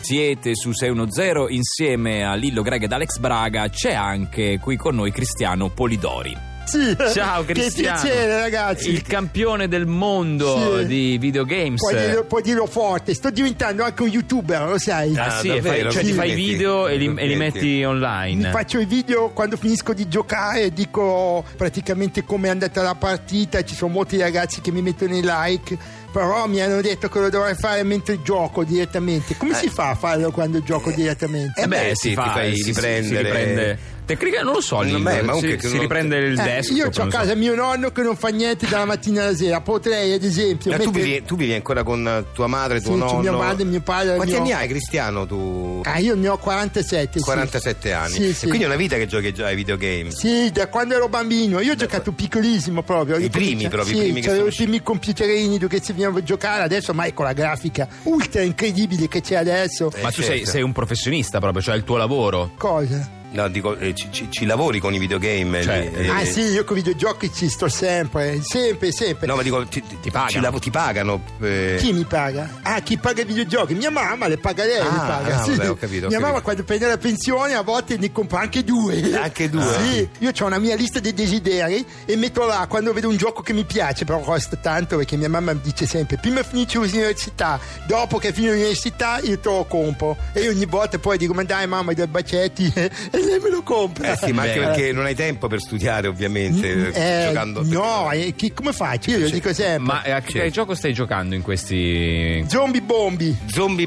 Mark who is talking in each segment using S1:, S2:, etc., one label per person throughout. S1: Siete su 610 insieme a Lillo Greg ed Alex Braga c'è anche qui con noi Cristiano Polidori.
S2: Sì.
S3: Ciao, Cristiano.
S2: Che piacere, ragazzi.
S3: Il campione del mondo
S2: Sì.
S3: di videogames.
S2: Puoi dirlo, puoi dirlo forte, sto diventando anche un youtuber, lo sai.
S3: Ah,
S4: Ah,
S3: sì,
S4: davvero?
S3: fai- cioè
S2: Sì.
S3: ti fai
S4: Metti,
S3: video e li,
S4: metti.
S3: e li metti
S2: Mi
S3: online.
S2: faccio i video quando finisco di giocare, dico praticamente come è andata la partita, ci sono molti ragazzi che mi mettono i like, però mi hanno detto che lo dovrei fare mentre gioco direttamente.
S3: Eh.
S2: Come si fa a farlo quando gioco direttamente?
S4: eh, beh,
S3: si
S4: sì, ti
S3: fa-
S4: fai
S3: si- si-
S4: riprendere.
S3: Si riprende. Tecnica non lo so,
S4: Non
S3: lì,
S4: beh, ma
S3: si,
S4: comunque
S3: si
S4: non-
S3: riprende il
S2: Eh,
S3: desktop.
S2: io ho a
S3: non so.
S2: casa mio nonno che non fa niente dalla mattina alla sera. Potrei, ad esempio,
S4: Ma Eh, tu,
S2: mettere-
S4: vivi, tu vivi ancora con eh, tua madre, tuo
S2: Sì, c'è
S4: nonno?
S2: mia madre, mio padre,
S4: Quanti
S2: mio-
S4: anni hai, Cristiano? Tu
S2: Ah, io ne ho 47. sì.
S4: 47 anni.
S2: Sì, sì.
S4: E quindi è una vita che giochi già ai videogames.
S2: Sì, da quando ero bambino. Io ho giocato piccolissimo proprio.
S4: I
S2: Io
S4: primi
S2: comincia-
S4: proprio, i
S2: sì,
S4: primi che
S2: c'avevo i
S4: sono
S2: primi computerini dove si veniva a giocare. Adesso mai con la grafica ultra incredibile che c'è adesso.
S4: Eh,
S3: Ma tu sei,
S4: certo.
S3: sei un professionista proprio, cioè il tuo lavoro.
S2: Cosa?
S4: No, dico, eh, ci, ci- ci lavori con i videogame?
S3: Cioè,
S4: lì, eh,
S2: Ah sì, io con i videogiochi ci sto sempre, sempre, sempre.
S4: No, ma dico, ti, ti-
S3: Ti pagano.
S4: ci lavo- ti pagano eh,
S2: Chi mi paga? Ah, chi paga i videogiochi? Mia mamma le paga lei,
S4: Ah,
S2: le paga.
S4: ah,
S2: sì.
S4: vabbè, ho capito, ho
S2: Mia mamma
S4: capito.
S2: quando prende la pensione a volte ne compra anche due.
S4: Anche due?
S2: Sì, io ho una mia lista dei desideri e metto là quando vedo un gioco che mi piace, però costa tanto perché mia mamma mi dice sempre, prima finisci l'università, dopo che finisci l'università io te lo compro. E io ogni volta poi dico, ma dai mamma, dai bacetti e lei me lo compra.
S4: Eh sì, ma anche
S3: Beh.
S4: perché non hai tempo per studiare, ovviamente.
S2: Eh,
S4: giocando
S2: no, eh, chi- come faccio? Io lo dico sempre.
S3: Ma eh, a che
S4: Certo.
S3: gioco stai giocando in questi.
S2: Zombie bombi.
S4: Zombie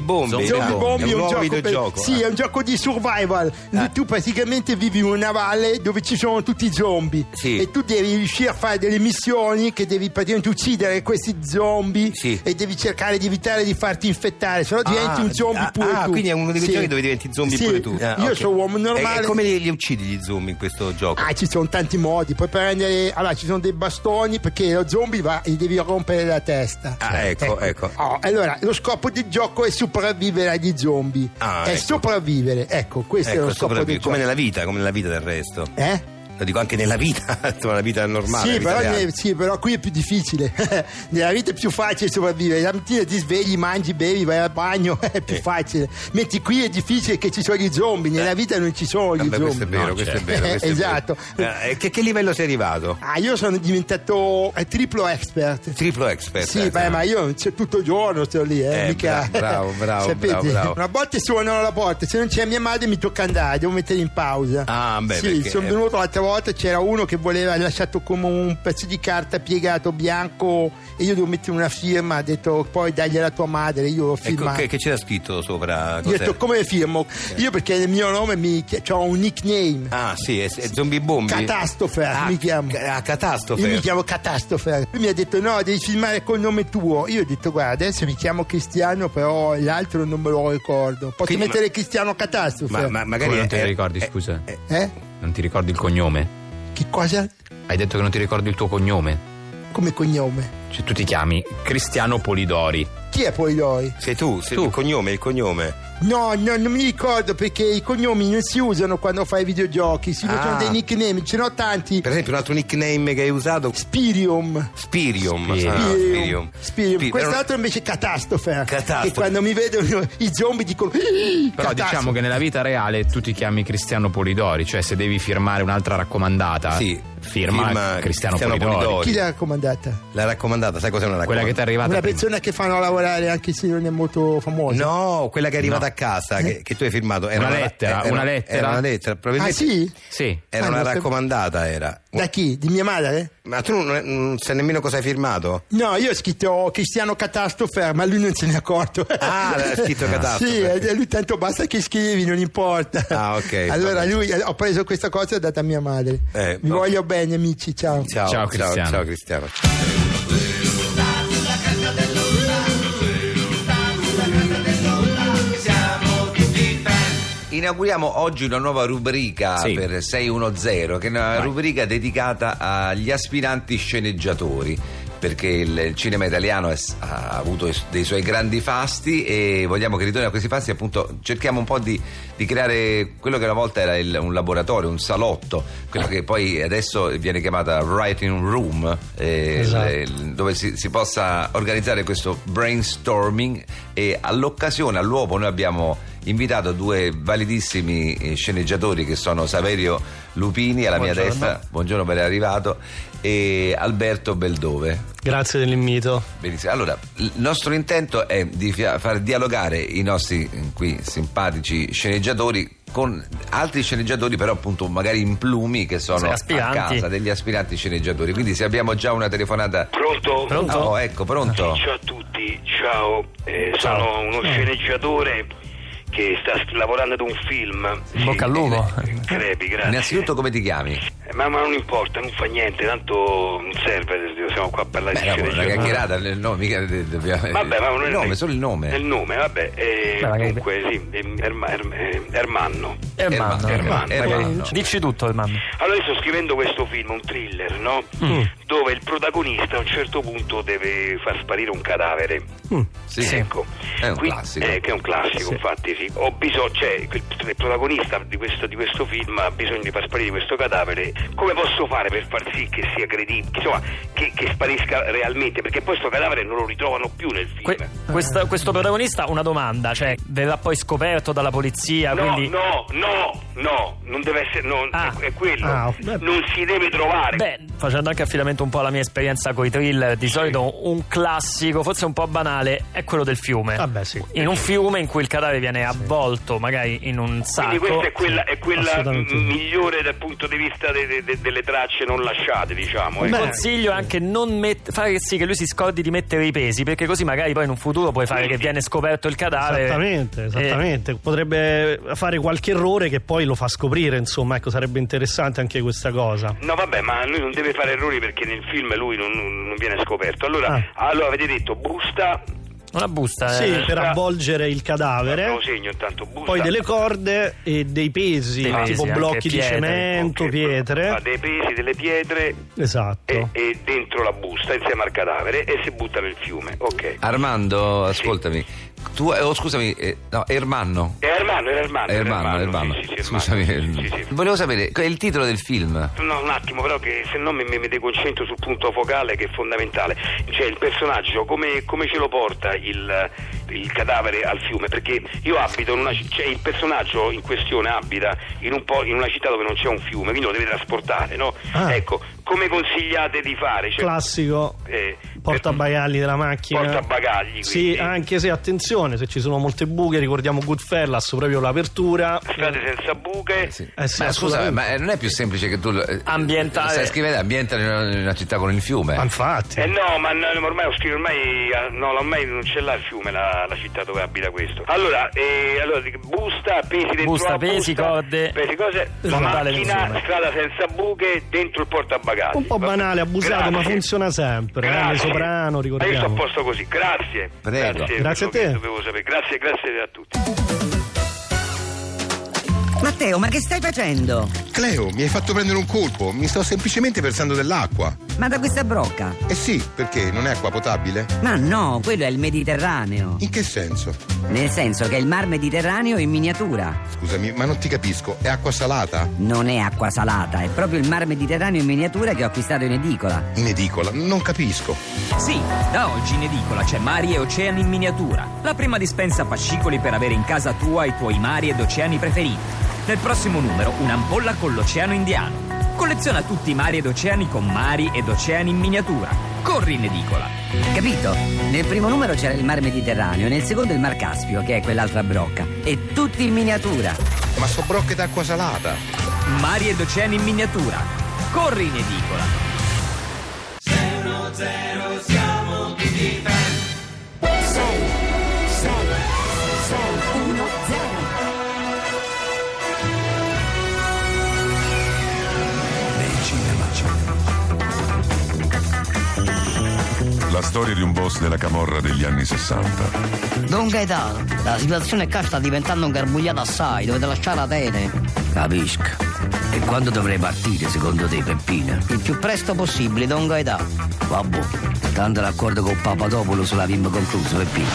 S3: Zombie Bombi
S2: Zombie
S4: Bombi. dai.
S2: Bomb
S4: È un Eh.
S2: è un
S4: nuovo
S2: gioco,
S4: videogioco.
S2: per- sì, è un gioco di survival. dove Tu praticamente vivi in una valle dove ci sono tutti i zombie
S4: Sì.
S2: e tu devi riuscire a fare delle missioni che devi praticamente uccidere questi zombie
S4: Sì.
S2: e devi cercare di evitare di farti infettare, sennò diventi
S4: Ah,
S2: un zombie
S4: ah,
S2: pure
S4: ah,
S2: tu.
S4: quindi è uno dei
S2: Sì.
S4: videogiochi dove diventi zombie
S2: Sì,
S4: pure tu. Ah,
S2: io
S4: ok.
S2: sono uomo
S4: E,
S2: normale.
S4: e come li, li uccidi gli zombie in questo gioco?
S2: Ah, ci sono tanti modi. Puoi prendere. Allora, ci sono dei bastoni perché lo zombie va e gli devi rompere la testa.
S4: Ah, ecco, ecco.
S2: Oh, allora, lo scopo del gioco è sopravvivere agli zombie.
S4: Ah,
S2: è
S4: ecco.
S2: sopravvivere. Ecco, questo è
S4: Ecco,
S2: lo scopo
S4: sopravvi-
S2: del gioco.
S4: come nella vita, come nella vita del resto.
S2: Eh?
S4: Lo dico anche nella vita, insomma, la vita normale.
S2: sì,
S4: la vita
S2: però,
S4: reale.
S2: ne- sì, però qui è più difficile. Nella vita è più facile sopravvivere. La mattina ti svegli, mangi, bevi, vai al bagno, è più
S4: Eh.
S2: facile. Mentre qui è difficile che ci sono gli zombie. Nella vita non ci sono gli
S4: Vabbè, questo
S2: zombie.
S4: è vero,
S3: No,
S4: questo
S3: certo.
S4: è vero. questo è vero.
S2: Esatto.
S4: Eh, e che, che livello sei arrivato?
S2: Ah, io sono diventato eh, triplo expert.
S4: Triplo expert.
S2: Sì,
S4: eh,
S2: beh, ma io c'è tutto il giorno sto lì, eh,
S4: Eh,
S2: mica.
S4: bra- bravo, bravo,
S2: Sapete,
S4: bravo, bravo.
S2: Una volta suonano la porta, se non c'è mia madre mi tocca andare, devo mettere in pausa.
S4: Ah, beh,
S2: Sì,
S4: perché-
S2: sono venuto l'altra volta, c'era uno che voleva, ha lasciato come un pezzo di carta piegato bianco e io devo mettere una firma, ha detto poi dagliela a tua madre, io l'ho
S4: Ecco,
S2: firmato.
S4: che, che c'era scritto sopra?
S2: Io ho
S4: Cos'era?
S2: detto come firmo? Io perché il mio nome mi ho un nickname.
S4: Ah, sì, è, è zombie bombi.
S2: Catastrofe,
S4: Ah,
S2: mi chiamo.
S4: ca- ah, catastrofe.
S2: Io mi chiamo Catastrofe. Lui mi ha detto: No, devi filmare col nome tuo. Io ho detto: Guarda, adesso mi chiamo Cristiano, però l'altro non me lo ricordo. Posso
S4: Quindi,
S2: mettere Cristiano Catastrofe?
S4: Ma, ma magari
S3: Come non te
S4: è-
S3: ne ricordi,
S4: è-
S3: scusa?
S4: è-
S2: Eh?
S3: Non ti ricordi il cognome?
S2: Che cosa?
S3: Hai detto che non ti ricordi il tuo cognome.
S2: Come cognome?
S3: Cioè, tu ti chiami Cristiano Polidori.
S2: Chi è poi lui?
S4: sei tu, sei
S3: Tu.
S4: il cognome, il cognome.
S2: No, no, non mi ricordo perché i cognomi non si usano quando fai videogiochi. Si
S4: Ah.
S2: usano dei nickname, ce n'ho tanti.
S4: Per esempio, un altro nickname che hai usato?
S2: Spirium.
S4: Spirium. Ah,
S3: Spirium.
S4: Spirium.
S2: Spirium.
S4: Spi- però-
S2: Quest'altro invece è Catastrofe.
S4: Catastrofe.
S2: Che quando mi vedono i zombie dicono. "Ih,
S3: Però diciamo
S2: catastrofe".
S3: che nella vita reale tu ti chiami Cristiano Polidori, cioè se devi firmare un'altra raccomandata,
S4: Sì,
S3: firma,
S4: firma
S3: Cristiano,
S4: Cristiano
S3: Polidori.
S4: Polidori.
S2: Chi l'ha raccomandata?
S4: La raccomandata, sai cos'è una raccomandata?
S3: Quella che ti è arrivata
S2: una
S3: prima.
S2: persona che fanno lavorare anche se non è molto famosa.
S4: No, quella che è arrivata a casa, che, che tu hai firmato. Era
S3: Una lettera,
S4: era-
S3: una lettera.
S4: Era una lettera,
S2: Ah
S4: probabilmente
S2: sì?
S3: Sì.
S4: Era
S2: Ah,
S4: una
S2: non so-
S4: raccomandata, era.
S2: Da chi? Di mia madre?
S4: Ma tu non, non sai nemmeno cosa hai firmato?
S2: No, io ho scritto Cristiano Catastrofe, ma lui non se n'è accorto.
S4: Ah, l'ha scritto Catastrofe.
S2: Sì, eh, lui tanto basta che scrivi, non importa.
S4: Ah, ok, va
S2: Allora
S4: bene.
S2: lui, eh, ho preso questa cosa e ho data a mia madre.
S4: Eh,
S2: Vi
S4: ok.
S2: voglio bene, amici, ciao.
S4: Ciao,
S3: Ciao, Cristiano.
S4: Ciao, Cristiano.
S5: Inauguriamo oggi una nuova rubrica
S3: Sì.
S5: per 610, che è una rubrica dedicata agli aspiranti sceneggiatori.
S4: perché il, il cinema italiano è s- ha avuto es- dei suoi grandi fasti e vogliamo che ritorni a questi fasti appunto cerchiamo un po' di, di creare quello che una volta era il- un laboratorio, un salotto, quello che poi adesso viene chiamata writing room, eh,
S6: Esatto.
S4: il- il- dove si, si possa organizzare questo brainstorming e all'occasione, all'uopo, noi abbiamo invitato due validissimi eh, sceneggiatori che sono Saverio Lupini alla mia
S6: Buongiorno.
S4: destra, buongiorno ben arrivato, e Alberto Beldove.
S6: Grazie dell'invito.
S4: Benissimo, allora il nostro intento è di fia- far dialogare i nostri eh, qui simpatici sceneggiatori con altri sceneggiatori però appunto magari in plumi che sono
S6: Sì,
S4: a
S6: aspiranti.
S4: casa degli aspiranti sceneggiatori quindi se abbiamo già una telefonata
S7: Pronto?
S6: Pronto?
S4: Oh, ecco pronto Mm.
S7: Ciao a tutti, ciao, eh,
S6: Ciao.
S7: sono uno
S6: Eh.
S7: sceneggiatore che sta s- lavorando ad un film.
S6: In bocca al lupo.
S7: eh, Crepi, grazie.
S4: innanzitutto come ti chiami?
S7: Eh, Ma, ma non importa, non fa niente, tanto non serve, siamo qua a parlare
S4: Beh,
S7: di
S4: no, una
S7: sceneggiatura.
S4: chiacchierata il nome mica eh, dobbiamo-
S7: Vabbè, ma non è
S4: il nome solo il nome
S7: È Il nome, vabbè. eh,
S6: Beh, magari-
S7: comunque, sì, ehm, Erma- Erm- eh, Ermanno.
S6: Ermanno,
S4: Ermanno,
S8: eh,
S6: Ermanno,
S7: eh,
S4: Ermanno.
S6: magari. Dici tutto, Ermanno.
S7: Allora io sto scrivendo questo film, un thriller, no?
S4: Mm.
S7: Dove il protagonista a un certo punto deve far sparire un cadavere.
S4: Sì.
S7: Ecco.
S4: È un
S7: Qui-
S4: classico.
S7: eh, che è un classico,
S6: Sì.
S7: infatti sì. Ho bisogno, cioè, il, il protagonista di questo, di questo film ha bisogno di far sparire questo cadavere. Come posso fare per far sì che sia credibile, insomma, che, che sparisca realmente? Perché poi questo cadavere non lo ritrovano più nel film.
S8: Que- questa- questo protagonista, una domanda, cioè verrà poi scoperto dalla polizia,
S9: ah,
S7: No,
S8: quindi...
S7: no, no, no, non deve essere, non-
S8: Ah.
S7: è, è quello,
S6: Ah, beh.
S7: non si deve trovare.
S8: Beh, facendo anche affidamento un po' alla mia esperienza con i thriller, di solito un classico, forse un po' banale, è quello del fiume.
S6: Vabbè, sì.
S8: In un fiume in cui il cadavere viene avvolto, magari in un
S7: Quindi
S8: sacco.
S7: questa è quella, è quella
S6: ecco. assolutamente.
S7: migliore dal punto di vista de- de- de- delle tracce non lasciate, diciamo.
S8: Il
S6: eh.
S7: ecco.
S8: consiglio è anche non met- fare sì che lui si scordi di mettere i pesi, perché così magari poi in un futuro puoi fare che viene scoperto il cadavere. Eh.
S6: Esattamente,
S8: e-
S6: esattamente. Potrebbe fare qualche errore che poi lo fa scoprire, insomma, ecco, sarebbe interessante anche questa cosa.
S7: No vabbè, ma lui non deve fare errori perché nel film lui non, non- non viene scoperto. Allora,
S6: Ah.
S7: allora avete detto busta,
S8: Una busta,
S6: Sì,
S8: eh.
S6: per avvolgere il
S7: me
S6: cadavere,
S7: lo segno intanto, busta.
S6: poi delle corde e dei pesi,
S8: Dei pesi,
S6: tipo
S8: anche
S6: blocchi di
S8: pietre.
S6: cemento,
S7: Ok, fa
S6: pietre.
S7: dei pesi, delle pietre
S6: Esatto.
S7: e, e dentro la busta insieme al cadavere e si butta nel fiume. Ok.
S6: Ah.
S4: Armando ascoltami tu oh, scusami eh, no Ermanno
S7: È Ermanno, era Ermanno. era
S4: Ermanno,
S7: Ermanno,
S4: Ermanno.
S7: sì, sì, sì,
S4: Scusami,
S7: Ermanno, sì, sì, sì.
S4: volevo sapere è il titolo del film.
S7: No, un attimo, però che se no mi, mi mi deconcentro sul punto focale che è fondamentale. Cioè il personaggio, come, come ce lo porta il, il cadavere al fiume? Perché io abito in una ci- cioè il personaggio in questione abita in, un po', in una città dove non c'è un fiume, quindi lo deve trasportare, no?
S6: Ah.
S7: Ecco, come consigliate di fare? Cioè,
S6: Classico
S7: eh, per-
S6: portabagagli della macchina.
S7: Portabagagli,
S6: Sì,
S7: quindi.
S6: anche se attenzione, se ci sono molte buche, ricordiamo Goodfellas, proprio l'apertura.
S7: Strade senza buche.
S6: Eh sì,
S4: Ma scusa,
S6: assolutamente.
S4: ma eh, non è più semplice che tu lo- eh,
S8: Ambientare.
S4: stai scrivendo ambientare in una, in una città con il fiume.
S6: Ma Ah, infatti.
S7: Eh no, ma no, ma ormai lo scrivo, ormai, ah, no, ormai non c'è là il fiume, la, la città dove abita questo. Allora, eh, allora, dico, busta, pesi dentro
S8: Busta,
S7: la
S8: pesi,
S7: busta,
S8: corde,
S7: pesi cose, la
S8: frontale del
S7: macchina,
S8: fiume.
S7: strada senza buche, dentro il portabagagli.
S6: Un po' banale, abusato,
S7: Grazie.
S6: ma funziona sempre, eh, le soprano, ricordiamo.
S7: Ma io sto a posto così, grazie.
S4: Prego.
S7: Grazie,
S6: Grazie a
S7: quello che
S6: te.
S7: dovevo sapere. Grazie, grazie a tutti.
S10: Matteo, ma che stai facendo?
S11: Cleo, mi hai fatto prendere un colpo. Mi sto semplicemente versando dell'acqua.
S10: Ma da questa brocca?
S11: Eh sì, perché non è acqua potabile?
S10: Ma no, quello è il Mediterraneo.
S11: In che senso?
S10: Nel senso che è il mar Mediterraneo in miniatura.
S11: Scusami, ma non ti capisco. È acqua salata?
S10: Non è acqua salata, è proprio il mar Mediterraneo in miniatura che ho acquistato in edicola.
S11: In edicola? Non capisco.
S9: Sì, da oggi in edicola c'è Mari e Oceani in miniatura, la prima dispensa fascicoli per avere in casa tua i tuoi mari ed oceani preferiti. Nel prossimo numero un'ampolla con l'oceano indiano. Colleziona tutti i mari ed oceani con Mari ed Oceani in miniatura. Corri in edicola.
S10: Capito? Nel primo numero c'era il mar Mediterraneo, nel secondo il mar Caspio, che è quell'altra brocca. E tutti in miniatura.
S11: Ma so brocche d'acqua salata.
S9: Mari ed Oceani in miniatura. Corri in edicola.
S11: La storia di un boss
S12: boss della camorra degli anni 60.
S13: Don Gaetano, la situazione qua sta diventando un garbugliato assai, dovete lasciare Atene.
S14: Capisco. E quando dovrei partire, secondo te, Peppina?
S13: Il più presto possibile, Don Gaetano.
S14: Vabbò, tanto l'accordo con Papadopoulos l'avemmo concluso, Peppina.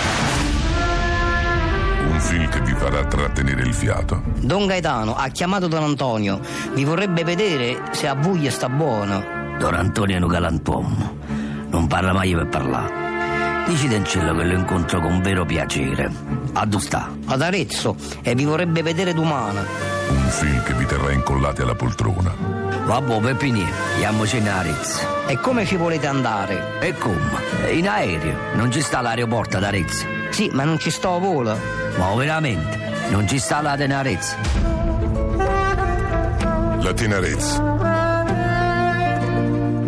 S12: Un film che vi farà trattenere il fiato.
S13: Don Gaetano ha chiamato Don Antonio. Vi vorrebbe vedere se a Vuglia sta buono.
S14: Don Antonio è un galantuomo. Non parla mai per parlare. Dici Dencello che lo incontro con vero piacere. A dove sta?
S13: Ad Arezzo e vi vorrebbe vedere domani.
S12: Un film che vi terrà incollati alla poltrona.
S14: Vabbò, Peppini, andiamoci in Arezzo.
S13: E come ci volete andare?
S14: E come? In aereo. Non ci sta l'aeroporto ad Arezzo.
S13: Sì, ma non ci sto a volo.
S14: Ma veramente, non ci sta la Tenarezza.
S12: La tenerezza.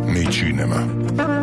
S12: Nei cinema.